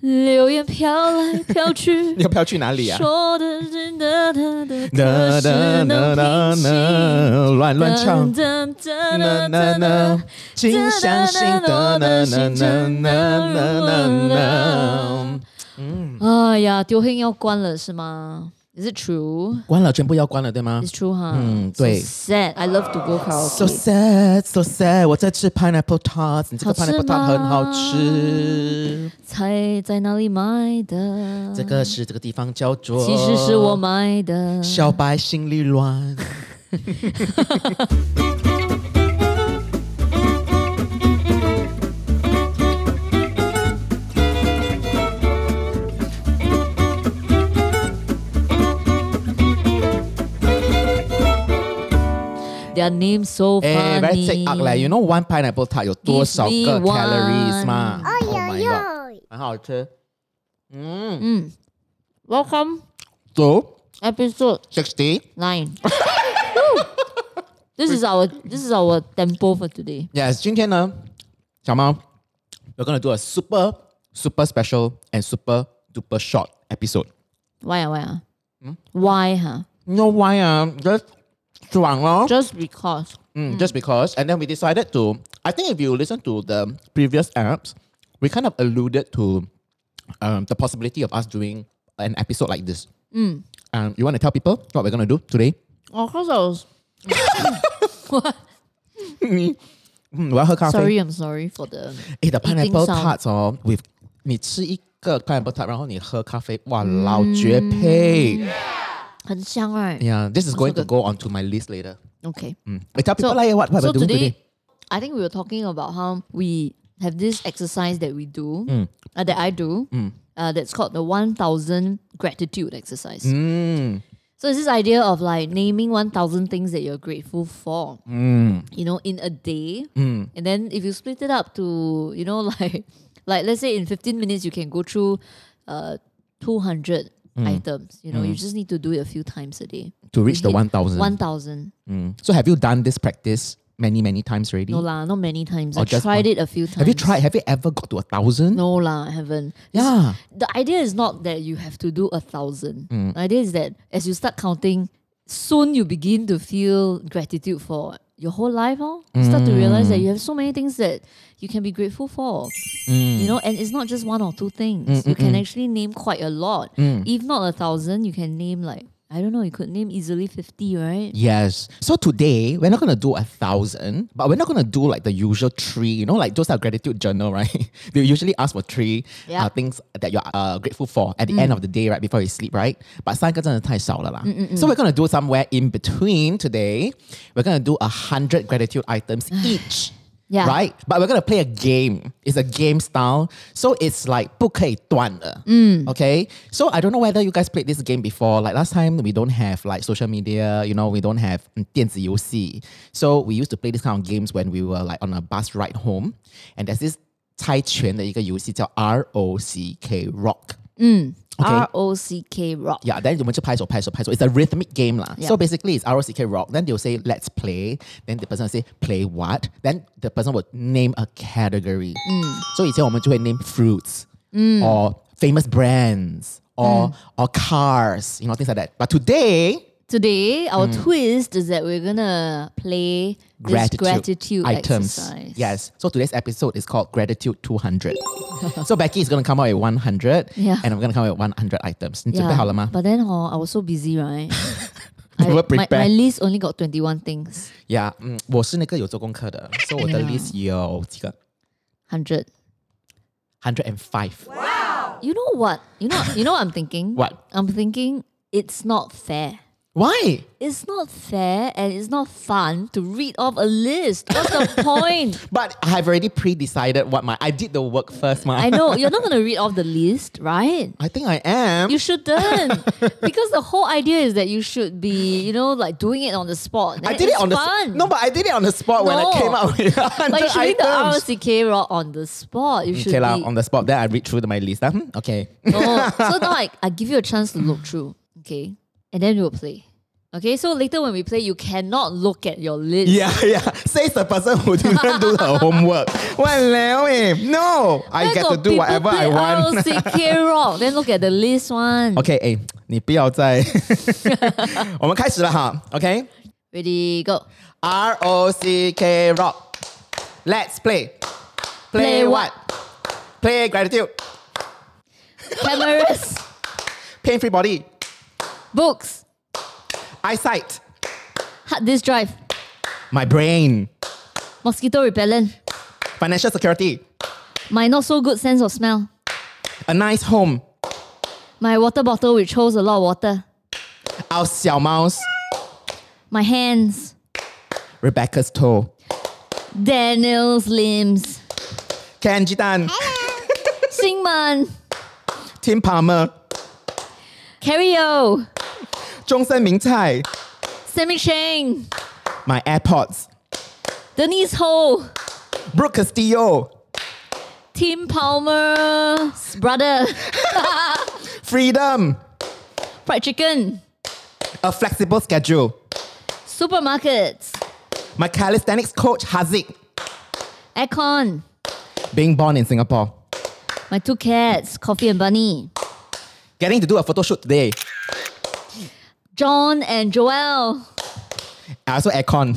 流言飘来飘 去你，要不要去哪里啊？说的是的的的，呐可呐是呐呐能平息。呐，乱 乱唱。噔噔呐呐呐，请相信的呐呐呐呐呐呐。嗯哎呀，丢黑要关了是吗？Is it true? 关了，全部要关了，对吗 It's true 哈、嗯对 So sad. I love to go ？So karaoke. sad, so sad。我在吃 pineapple tart，你这个好吃 pineapple tart 吗很好吃。猜在哪里买的？这个是这个地方叫做，其实是我买的。小白心里 乱。 Their name so 哎 funny. ，very take up 嘞。You know one pineapple tart 有多少 Give 个 me one calories 吗？Oh 哎 my 呦 god，很好吃。嗯，Welcome So episode sixty。 nine. Woo. This is our this is our tempo for today. Yes，今天呢，小猫，we're gonna do a super super special and super duper short episode。 Why 啊 Why 啊？Why 哈 You know why 啊？Just 爽哦。 ？Just because 嗯，just because. And then we decided to. I think if you listen to the previous apps, we kind of alluded to um, the possibility of us doing an episode like this. Um, you want to tell people what we're gonna do today? Oh, cause I was 嗯，我要喝咖啡。 sorry. I'm sorry for the 诶 the eating pineapple sound. tarts 哦，with 你吃一个 pineapple tart，然后你喝咖啡，哇，老绝配。很香 right? Yeah, this is going to good. go onto my list later. Okay. Mm. I tell people So- like what, what so we're doing today, today. I think we were talking about how we have this exercise that we do, uh, that I do, uh, that's called the 1000 gratitude exercise. Mm. So it's this idea of like naming 1000 things that you're grateful for, Mm. you know, in a day. And then if you split it up to, you know, like, like let's say in 15 minutes, you can go through uh, 200 Mm. items. You know, you just need to do it a few times a day. To reach the hit 1,000. 1000. Mm. So have you done this practice many, many times already? No lah, not many times. I Or Oh, just tried one- it a few times. have you tried? Have you ever got to a thousand? No lah, I haven't. Yeah. The idea is not that you have to do a thousand. Mm. The idea is that as you start counting, soon you begin to feel gratitude for your whole life. Oh, you start to realize Mm. that you have so many things that you can be grateful for. Mm. You know, and it's not just one or two things. You can actually name quite a lot. Mm. If not a thousand, you can name like I don't know. You could name easily fifty, right? Yes. So today we're not gonna do a thousand, but we're not gonna do like the usual three. You know, like those are gratitude journal, right? they usually ask for three Yeah. uh, things that you're uh, grateful for at the Mm. end of the day, right before you sleep, right? But mm. 三个真的太少了啦. So we're gonna do somewhere in between today. We're gonna do a hundred gratitude items each. Yeah. Right? But we're gonna play a game. It's a game style. So it's like 不可以断的. Okay? So I don't know whether you guys played this game before. Like last time we don't have like social media, you know, we don't have mm, 电子游戏. So we used to play this kind of games when we were like on a bus ride home. And there's this 猜拳的一个游戏叫 ROCK Rock. Okay. R O C K rock. Yeah, then 我们就拍手拍手拍手. It's a rhythmic game lah. Yeah. So basically, it's ROCK rock. Then they'll say let's play. Then the person will say play what? Then the person will name a category. Mm. So 以前我们就会 name fruits or famous brands or Mm. or cars, you know things like that. But today, Today, our twist is that we're gonna play this Mm. gratitude, gratitude items. exercise. Yes. So today's episode is called Gratitude 200. so Becky is going to come out with 100 Yeah. and I'm going to come out with 100 Yeah, items. 你准备好了吗？ but then oh, I was so busy, right? You were my, my prepared. list only got 21 things. Yeah, 嗯，我是那个有做功课的，所以我的 Yeah. list 有几个 100. hundred and five. You know what? You know you know what I'm thinking? What? I'm thinking it's not fair. Why? It's not fair and it's not fun to read off a list. What's the point? But I have already pre-decided what my I did the work first, ma. I know you're not gonna read off the list, right? I think I am. You shouldn't. because the whole idea is that you should be, you know, like doing it on the spot. I did it on the fun. no, but I did it on the spot when I came No. out with like hundred you should read the items. Mm, RCK rock on the spot. You should Okay, lah, be, on the spot. Then I read through the, my list. ah, Hmm, okay. Oh, No. so now I, I give you a chance to look through, okay? And then we'll play. Okay, so later when we play, you cannot look at your list. Yeah, yeah. Says the person who didn't do her homework. Walao eh. No, I Where get to got do people whatever I play want. RLCK rock, then look at the list one. Okay, 哎、你不 要再， 我们开始了哈。OK，R、 Ready, go. O C K rock，Let's play。Play Play what? Play gratitude. Cameras, Pain free body. books, Eyesight. hard disk drive, My brain. mosquito repellent, Financial security. my not so good sense of smell, A nice home. my water bottle which holds a lot of water, Our 小 mouse. my hands, Rebecca's toe. Daniel's limbs, Kenji Tan. Singman, Tim Palmer. Cario, 中森明菜。 Sammy Cheng, My AirPods. Denise Ho, Brooke Castillo. Tim Palmer's brother, Freedom. fried chicken, A flexible schedule. supermarkets, My calisthenics coach Hazik. aircon, Being born in Singapore. my two cats, Coffee and Bunny, Getting to do a photo shoot today. John and Joel. I also aircon.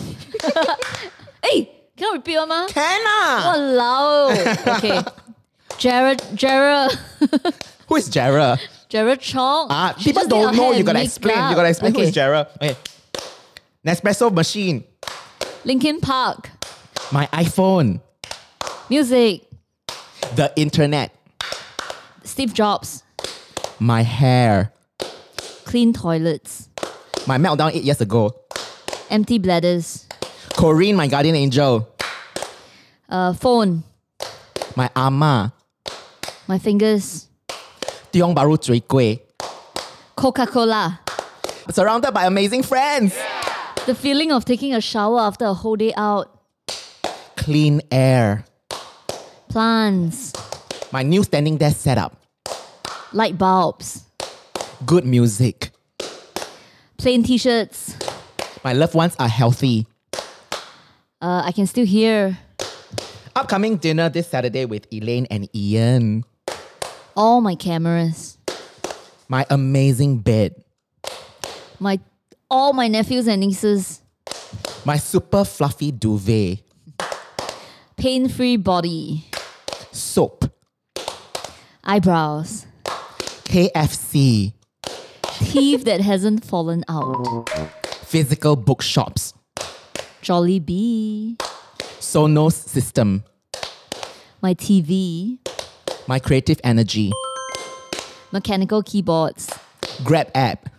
Hey, cannot repeat one mah? Kenna! Walao. Okay. Jared, Jared, Who is Jarrah? Jared Chong. Ah, She people just did her don't know. hair You and gotta makeup. explain. You gotta explain who Okay. is Jarrah. Okay. Nespresso machine. Linkin Park. My iPhone. Music. The internet. Steve Jobs. My hair. Clean toilets. My meltdown eight years ago. Empty bladders. Corinne, my guardian angel. Uh, phone. My ama. My fingers. Tiong Baru Chui Kueh. Coca Cola. Surrounded by amazing friends. The feeling of taking a shower after a whole day out. Clean air. Plants. My new standing desk setup. Light bulbs. Good music. Plain t shirts. My loved ones are healthy. Uh, I can still hear. Upcoming dinner this Saturday with Elaine and Ian. All my cameras. My amazing bed. My all my nephews and nieces. My super fluffy duvet. Pain free body. Soap. Eyebrows. KFC. Teeth that hasn't fallen out. Physical bookshops. Jolly Bee. Sonos system. My TV. My creative energy. Mechanical keyboards. Grab app.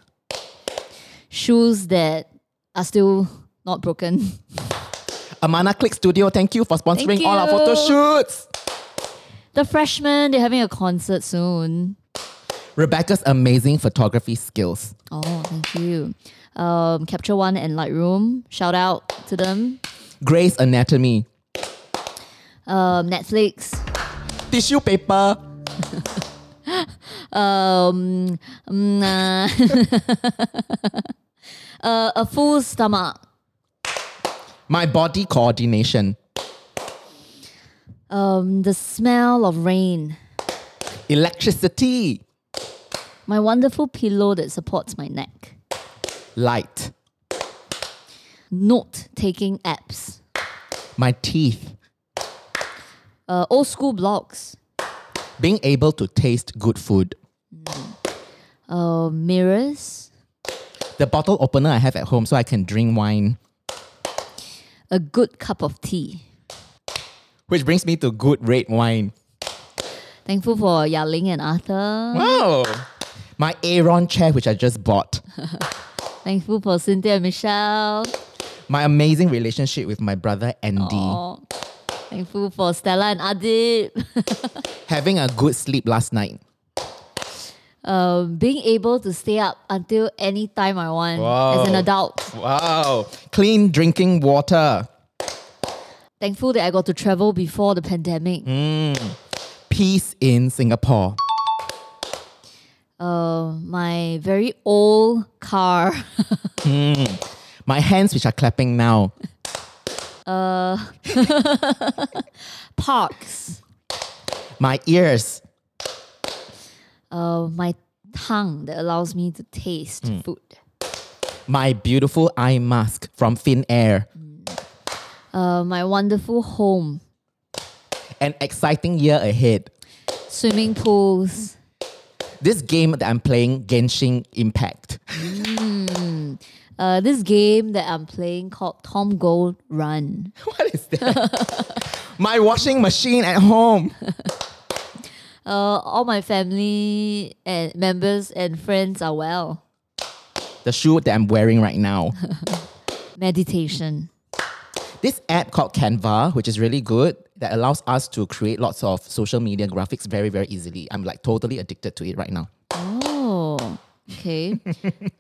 Shoes that are still not broken. Amana Click Studio, thank you for sponsoring Thank all our you. photo shoots. The freshmen, they're having a concert soon. Rebecca's amazing photography skills. Oh, thank you. Um, Capture One and Lightroom. Shout out to them. Grey's anatomy. Um, Netflix. Tissue paper. Um, mm, uh, uh, a full stomach. My body coordination. Um, the smell of rain. Electricity. My wonderful pillow that supports my neck. Light. Note taking apps. My teeth. Uh, old school blocks. Being able to taste good food. Uh, mirrors. The bottle opener I have at home so I can drink wine. A good cup of tea. Which brings me to good red wine. Thankful for Yaling and Arthur. Wow. My Aeron chair, which I just bought. Thankful for Cynthia and Michelle. My amazing relationship with my brother Andy. Aw. Thankful for Stella and Adib. Having a good sleep last night. Um, being able to stay up until any time I want Wow. as an adult. Wow. Clean drinking water. Thankful that I got to travel before the pandemic. Peace in Singapore. uh, my very old car. My hands, which are clapping now. Parks. My ears. Uh, my tongue that allows me to taste food. My beautiful eye mask from Thin Air. Uh, my wonderful home. An exciting year ahead. Swimming pools. This game that I'm playing, Genshin Impact. Uh, this game that I'm playing called Tom Gold Run. What is that? My washing machine at home. Uh, all my family and members and friends are well. The shoe that I'm wearing right now. Meditation. this app called Canva, which is really good, that allows us to create lots of social media graphics very, very easily. I'm like totally addicted to it right now. Oh, okay.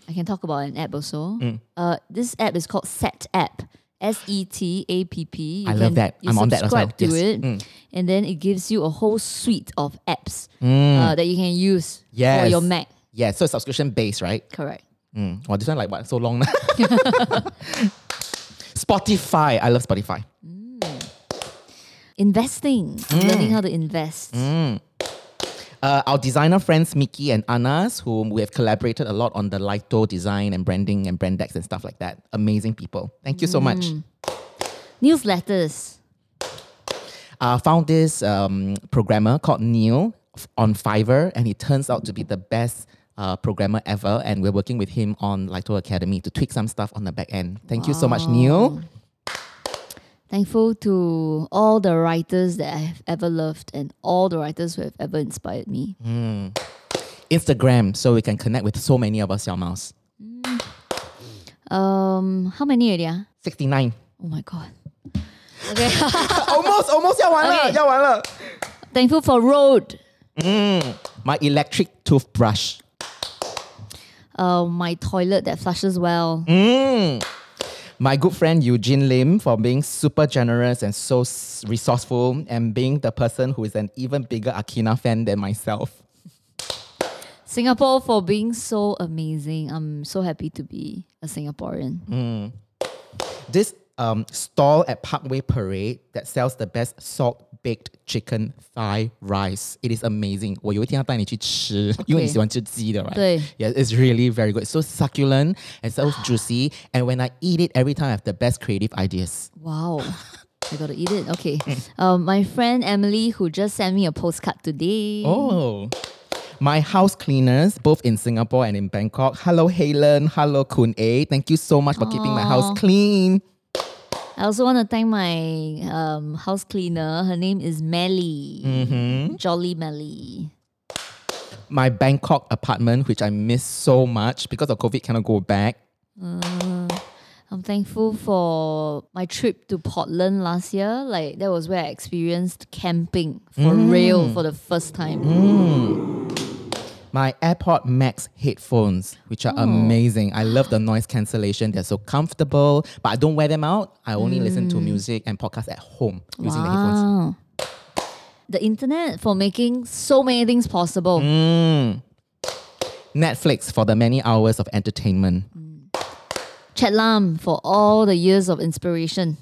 I can talk about an app also. Mm. Uh, this app is called Set App. S E T A P P. You I love can- that. You I'm on that as well. subscribe to Yes. Mm. it, and then it gives you a whole suite of apps uh, that you can use for Mm. Yes. your Mac. Yeah, so it's subscription based, right? Correct. Mm. Wow, this one like what? So long now. Spotify. I love Spotify. Investing, Mm. learning how to invest. Uh, our designer friends Mickey and Anas, whom we have collaborated a lot on the Lito design and branding and brand decks and stuff like that. Amazing people. Thank you so much. Newsletters. uh, found this um, programmer called Neil f- on Fiverr, and he turns out to be the best uh, programmer ever. And we're working with him on Lito Academy to tweak some stuff on the back end. Thank you so much, Neil. Thankful to all the writers that I have ever loved and all the writers who have ever inspired me. Instagram, so we can connect with so many of us, Xiao Mouse. Um, Mm. how many already? ah? 69. Oh my god. Okay. almost, almost 要完了, Okay. 要完了. Thankful for road. My electric toothbrush. Uh, my toilet that flushes well. My good friend Eugene Lim for being super generous and so s- resourceful and being the person who is an even bigger Akina fan than myself. Singapore for being so amazing. I'm so happy to be a Singaporean. this um, stall at Parkway Parade that sells the best salt baked chicken thigh rice. It is amazing. 我有一天要带你去吃,因为你喜欢吃鸡的, right? 对。 Yeah, it's really very good. It's so succulent and so juicy. And when I eat it, every time I have the best creative ideas. Wow. I gotta eat it. Okay. Um, my friend Emily, who just sent me a postcard today. Oh. My house cleaners, both in Singapore and in Bangkok. Hello, Helen. Hello, Kun A. Thank you so much for keeping my house clean. I also want to thank my um, house cleaner. Her name is Melly. Jolly Melly. My Bangkok apartment, which I miss so much because of COVID, cannot go back. I'm thankful for my trip to Portland last year. Like that was where I experienced camping for real for the first time. my AirPod Max headphones, which are amazing. I love the noise cancellation. They're so comfortable, but I don't wear them out. I only listen to music and podcasts at home using the headphones. Wow. The internet for making so many things possible. Netflix for the many hours of entertainment. Chetlam for all the years of inspiration.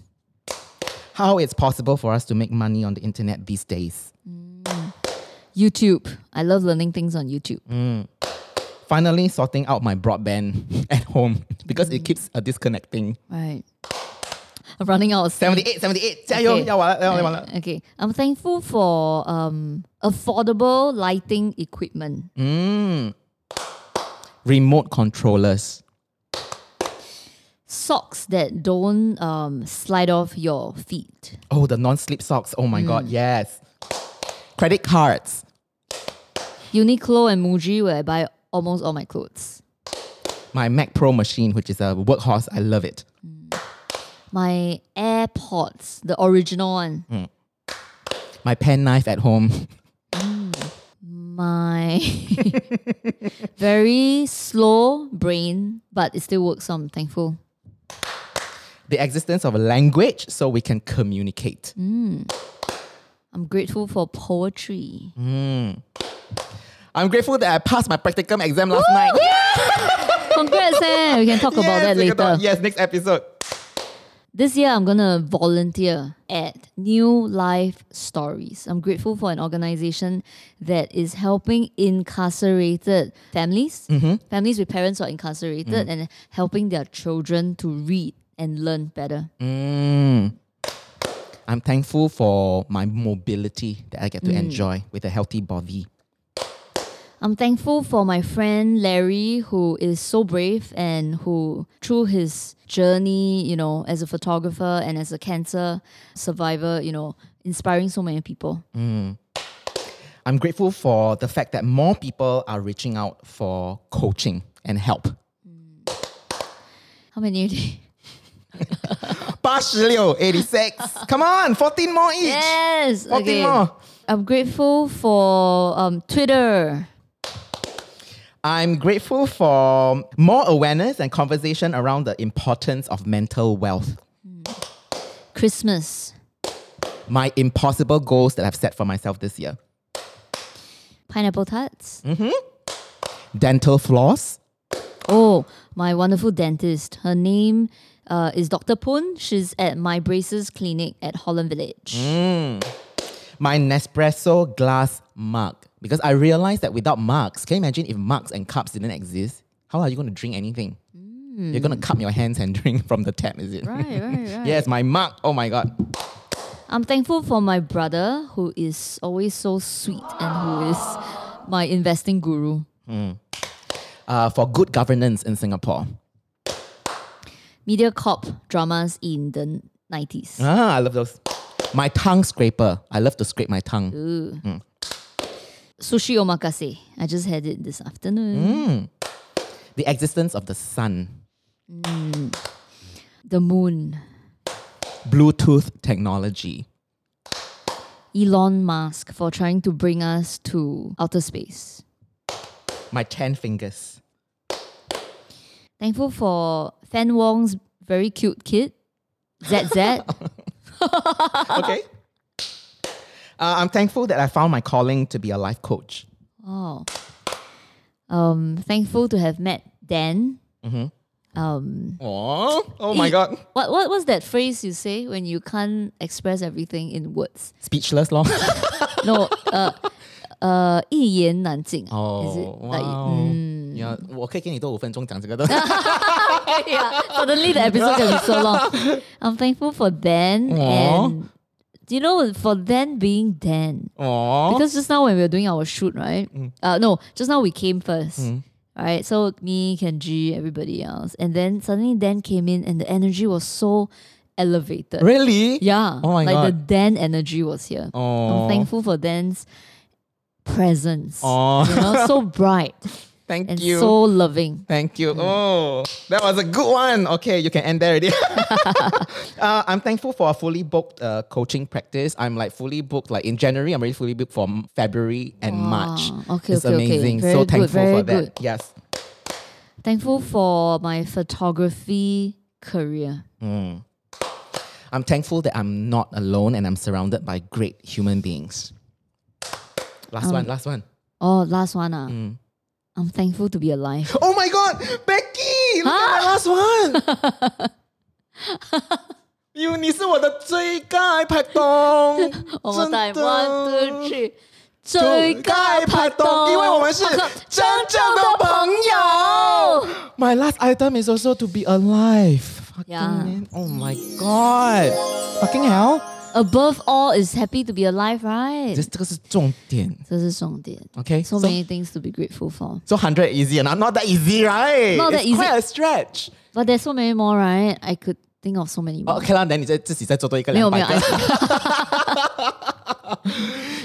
How it's possible for us to make money on the internet these days. YouTube. I love learning things on YouTube. Finally, sorting out my broadband at home because it keeps uh, disconnecting. Right. I'm running out of steam. 78, 78, 加油,要完了,要完了。 Right. Okay. I'm thankful for um, affordable lighting equipment. Remote controllers. Socks that don't um, slide off your feet. Oh, the non slip socks. Oh my God, yes. Credit cards. Uniqlo and Muji where I buy almost all my clothes. my Mac Pro machine, which is a workhorse. I love it. My AirPods, the original one. My pen knife at home. My very slow brain, but it still works, so I'm thankful. The existence of a language so we can communicate. Mm. Mm. I'm grateful for poetry. I'm grateful that I passed my practicum exam last night. Congrats, eh? We can talk about Yes, that we can talk- later. Yes, next episode. This year, I'm going to volunteer at New Life Stories. I'm grateful for an organization that is helping incarcerated families, Mm-hmm. families with parents who are incarcerated, Mm. and helping their children to read and learn better. I'm thankful for my mobility that I get to Mm. enjoy with a healthy body. I'm thankful for my friend Larry, who is so brave and who, through his journey, you know, as a photographer and as a cancer survivor, you know, inspiring so many people. I'm grateful for the fact that more people are reaching out for coaching and help. How many are they? 86, 86. Come on, 14 more each. Yes. 14 more. I'm grateful for um, Twitter. I'm grateful for more awareness and conversation around the importance of mental wealth. Christmas. My impossible goals that I've set for myself this year Pineapple tarts. dental floss, Oh, my wonderful dentist. Her name uh, is Dr. Poon. She's at My Braces Clinic at Holland Village. my Nespresso glass mug. Because I realized that without mugs, can you imagine if mugs and cups didn't exist? How are you going to drink anything? You're going to cup your hands and drink from the tap, is it? Hmm. Right, right, right. Yes, my mug. Oh my God. I'm thankful for my brother who is always so sweet and who is my investing guru. Uh, for good governance in Singapore. MediaCorp dramas in the 90s. Ah, I love those. My tongue scraper. I love to scrape my tongue. Sushi omakase. I just had it this afternoon. The existence of the sun. The moon. Bluetooth technology. Elon Musk for trying to bring us to outer space. My 10 fingers. Thankful for Fan Wong's very cute kid, ZZ. Okay. Uh, I'm thankful that I found my calling to be a life coach. oh. Um, thankful to have met Dan. Aww. Oh my Eat- God. What what was that phrase you say when you can't express everything in words? Speechless, lor. No, uh, uh, 一言难尽. Is it Oh, like mm. wow. Yeah, 我可以给你多五分钟讲这个的。 yeah, suddenly the episode can be so long. I'm thankful for Dan Aw. and you know for Dan being Dan. Aww. Because just now when we were doing our shoot, right? Mm. Uh, no, just now we came first. Right, so me, Kenji, everybody else, and then suddenly Dan came in, and the energy was so elevated. Really? Yeah, Oh my like the God. Dan energy was here. Aw. I'm thankful for Dan's presence. Aw. You know, so bright Thank and you. so loving. Thank you. Oh, that was a good one. Okay, you can end there already. uh, I'm thankful for a fully booked uh, coaching practice. I'm like fully booked. Like in January, I'm already fully booked for m- February and March. okay, it's okay, okay. amazing. Very so good, thankful very for that. good. Yes. Thankful for my photography career. I'm thankful that I'm not alone and I'm surrounded by great human beings. Last Um, one, last one. Oh, last one. Ah. Mm. I'm thankful to be alive. Oh my god, Becky! Look at my last one! you 你是我的最佳拍档 One more time. One, two, three. 最佳拍档，因为我们是真正的朋友。My last item is also to be alive. Fucking Yeah. man. Oh my god. Fucking hell. Above all is happy to be alive, right? This 这个是重点。这是重点. Okay, So, so- many things to be grateful for. So 100 easy and not that easy, right? Not that it's easy. quite a stretch. But there's so many more, right? I could think of so many more. OK 啦，等你再自己再做多一个没有两没百有个。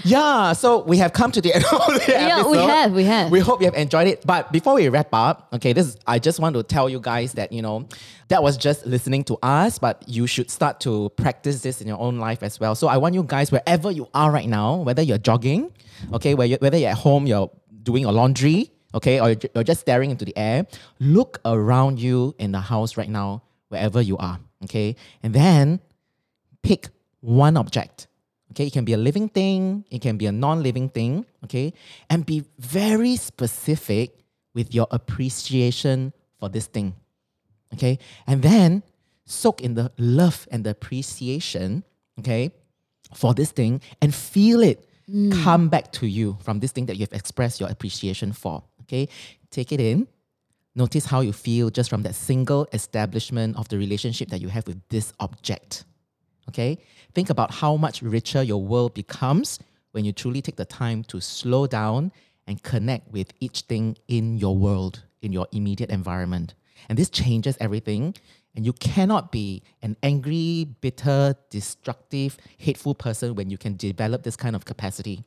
Yeah, so we have come to the end of the Yeah, episode. we have, we have. We hope you have enjoyed it. But before we wrap up, okay, this is, I just want to tell you guys that you know that was just listening to us, but you should start to practice this in your own life as well. So I want you guys wherever you are right now, whether you're jogging, okay, where you, whether you're at home, you're doing your laundry, okay, or you're just staring into the air, look around you in the house right now, wherever you are, okay, and then pick one object. Okay, it can be a living thing, it can be a non living thing. Okay, and be very specific with your appreciation for this thing. Okay, and then soak in the love and the appreciation. Okay, for this thing and feel it come back to you from this thing that you've expressed your appreciation for. Okay, take it in. Notice how you feel just from that single establishment of the relationship that you have with this object. Okay? Think about how much richer your world becomes when you truly take the time to slow down and connect with each thing in your world, in your immediate environment. And this changes everything. And you cannot be an angry, bitter, destructive, hateful person when you can develop this kind of capacity.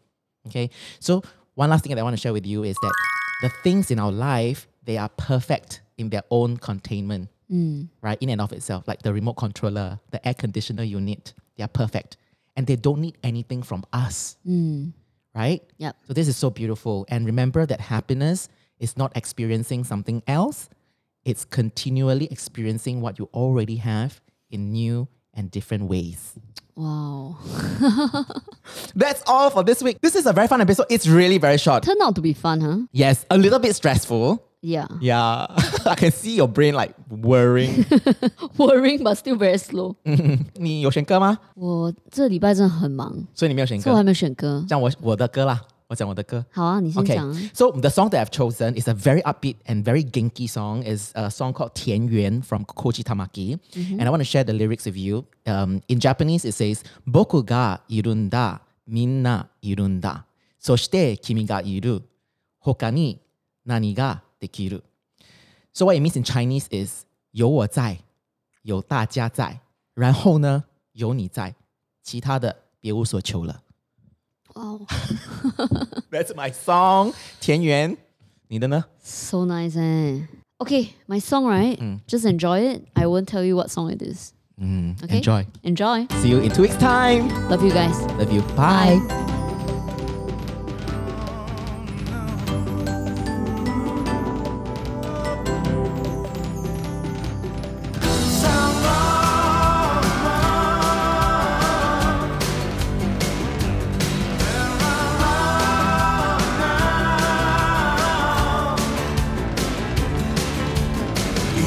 Okay? So, one last thing that I want to share with you is that the things in our life, they are perfect in their own containment right, in and of itself, like the remote controller, the air conditioner unit, they are perfect. And they don't need anything from us, right? Yep. So this is so beautiful. And remember that happiness is not experiencing something else, it's continually experiencing what you already have in new and different ways. Wow. That's all for this week. This is a very fun episode. It's really very short. Turned out to be fun, huh? Yes, a little bit stressful. Yeah. Yeah, I can see your brain like worrying. Worrying but still very slow. Mm. 你有选歌吗？所 我这以你没有选歌。礼拜真的很忙，所以我还没有选歌。这样我我的歌啦，我讲我的歌。好啊，你先 Okay, 讲啊。 so the song that I've chosen is a very upbeat and very ginky song. It's a song called Tian Yuan from Koji Tamaki. And I want to share the lyrics with you. Um, in Japanese, it says, Boku ga irunda, minna irunda, soshite kimi ga iru, hoka ni nani ga dekiru. So what it means in Chinese is, 有我在，有大家在，然后呢，有你在，其他的别无所求了。哦 That's my song. 田园，你的呢？ So nice, eh? Okay, my song, right? Mm. Just enjoy it. I won't tell you what song it is. Okay? Mm, Enjoy. Enjoy. See you in two weeks' time. Love you guys. Love you. Bye.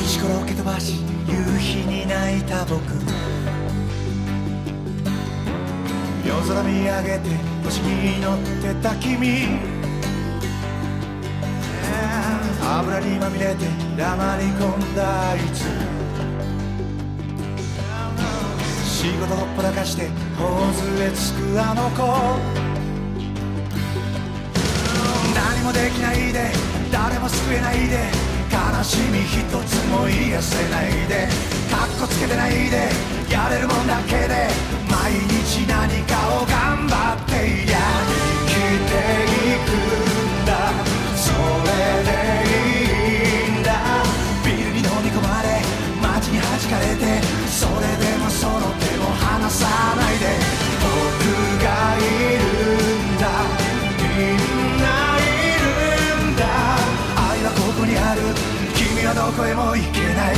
石ころを蹴飛ばし夕日に泣いた僕夜空見上げて星に乗ってた君油にまみれて黙り込んだあいつ仕事ほっぽらかして頬杖つくあの子何もできないで誰も救えないで悲しみ一つも癒せないでかっこつけてないでやれるもんだけで毎日何かを頑張っていや生きていくんだそれでいいんだビルに飲み込まれ街に弾かれてそれでもその手も離さないで僕がいるんだみんないるんだ愛はここにある君はどこへも行けない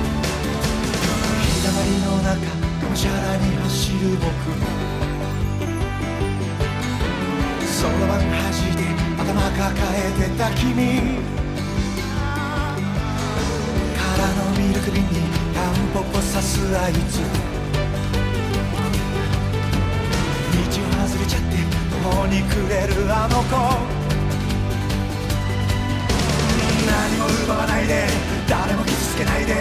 日だまりの中がむしゃらに走る僕そろばんはじいて頭抱えてた君空のミルク瓶にタンポポ刺すあいつ道を外れちゃって途方に暮れるあの子何も奪わないで誰も傷つけないで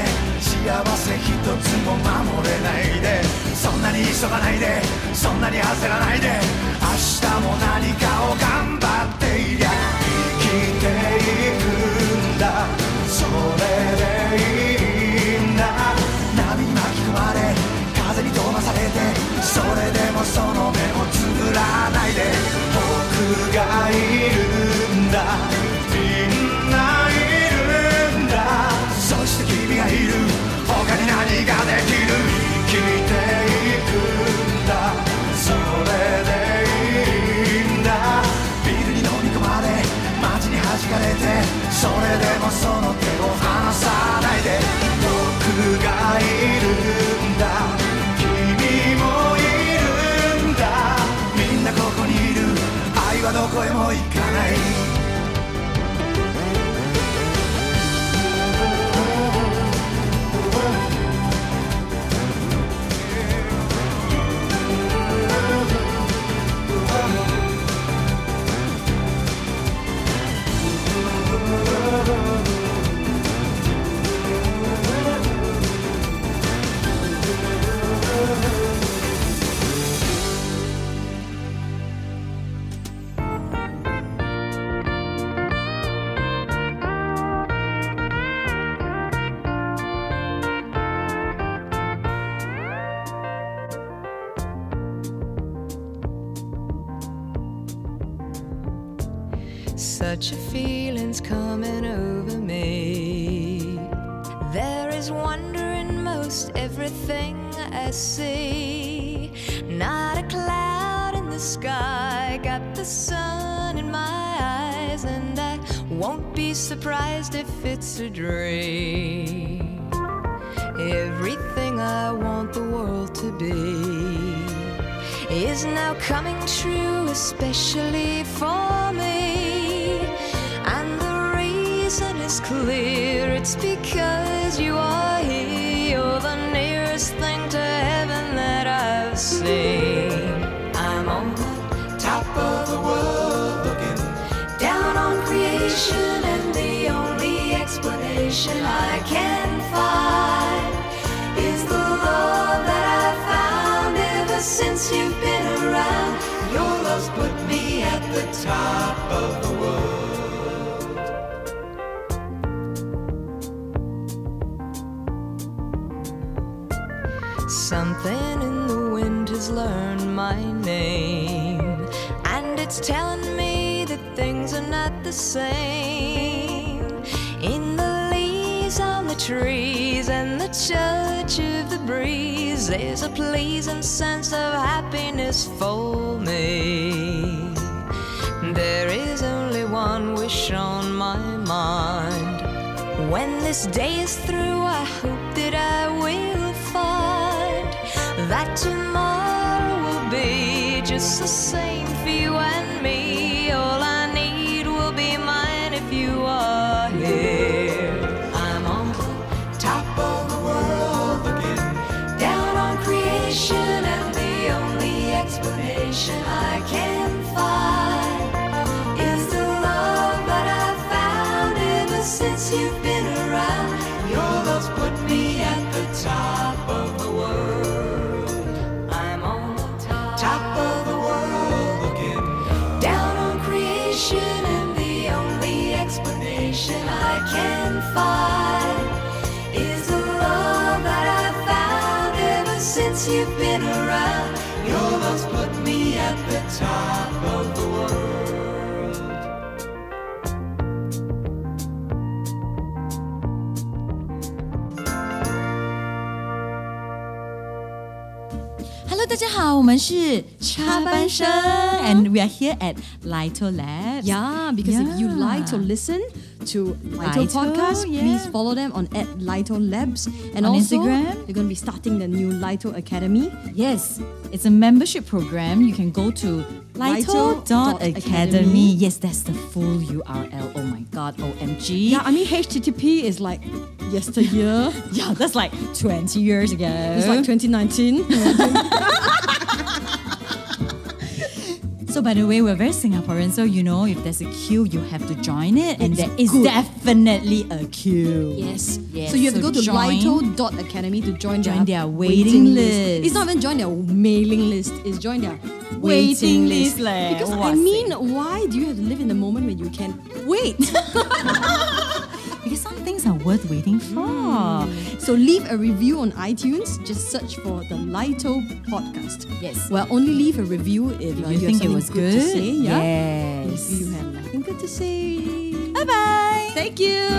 幸せ一つも守れないでそんなに急がないでそんなに焦らないで明日も何かを頑張っていりゃ生きていくんだそれでいいんだ波に巻き込まれ風に飛ばされてそれでもその目もつぶらないで僕がいるんだみんないるんだそして君がいる他に何ができる生きていくんだそれでいいえてそれでもその手を離さないで僕がいるんだ君もいるんだみんなここにいる愛はどこへも行かない Such a feeling's coming over me. There is wonder in most everything I see. Not a cloud in the sky, got the sun in my eyes, and I won't be surprised if it's a dream. Everything I want the world to be is now coming true, especially for me. And the reason is clear it's because you are here. You're the nearest thing to heaven that I've seen. I'm on the top of the world looking down on creation, and the only explanation I can find is the love that I've found ever since you've been around. Your love's put me at the top of the world. Something in the wind has learned my name, and it's telling me that things are not the same. In the leaves on the trees and the touch of the breeze, there's a pleasing sense of happiness for me. There is only one wish on my mind. When this day is through, I hope that I will find that tomorrow will be just the same for you and me. All I need will be mine if you are here. I'm on the top of the world looking down on creation, and the only explanation I can find is the love that I've found ever since you've been around. Your love's put me at the top of the world. I'm on the top, of the world, looking down on creation, and the only explanation I can find is the love that I've found ever since you've been around. Your love's put me at the top of the world. Hello，大家好，我们是插班生插班，and we are here at Lito Labs. Yeah, because if you like to Yeah. listen to Lito, Lito, podcast, yeah. please follow them on at Lito Labs and On also Instagram. They're going to be starting the new Lito Academy. Yes, it's a membership program. You can go to Lito.academy. Lito.academy. Yes, that's the full URL. Oh my god, OMG. Yeah, I mean HTTP is like yesteryear. Yeah, that's like 20 years ago. it's like 2019. so by the way, we're very Singaporean, so you know if there's a queue, you have to join it. And It's there is good. definitely a queue. yes. Yes, So you have to so go to join. Lito.academy to join, Join their waiting list. It's not even join their mailing list. It's join their waiting, Waiting list. list leh. Because I Wahseh. mean, why do you have to live in the moment when you can wait? Because some things are worth waiting for. So leave a review on iTunes. Just search for the Lito podcast. Yes. Well, only leave a review if, uh, have you think it something was good, to good? say. Yeah. Yes. If you have nothing good to say. Bye bye. Thank you.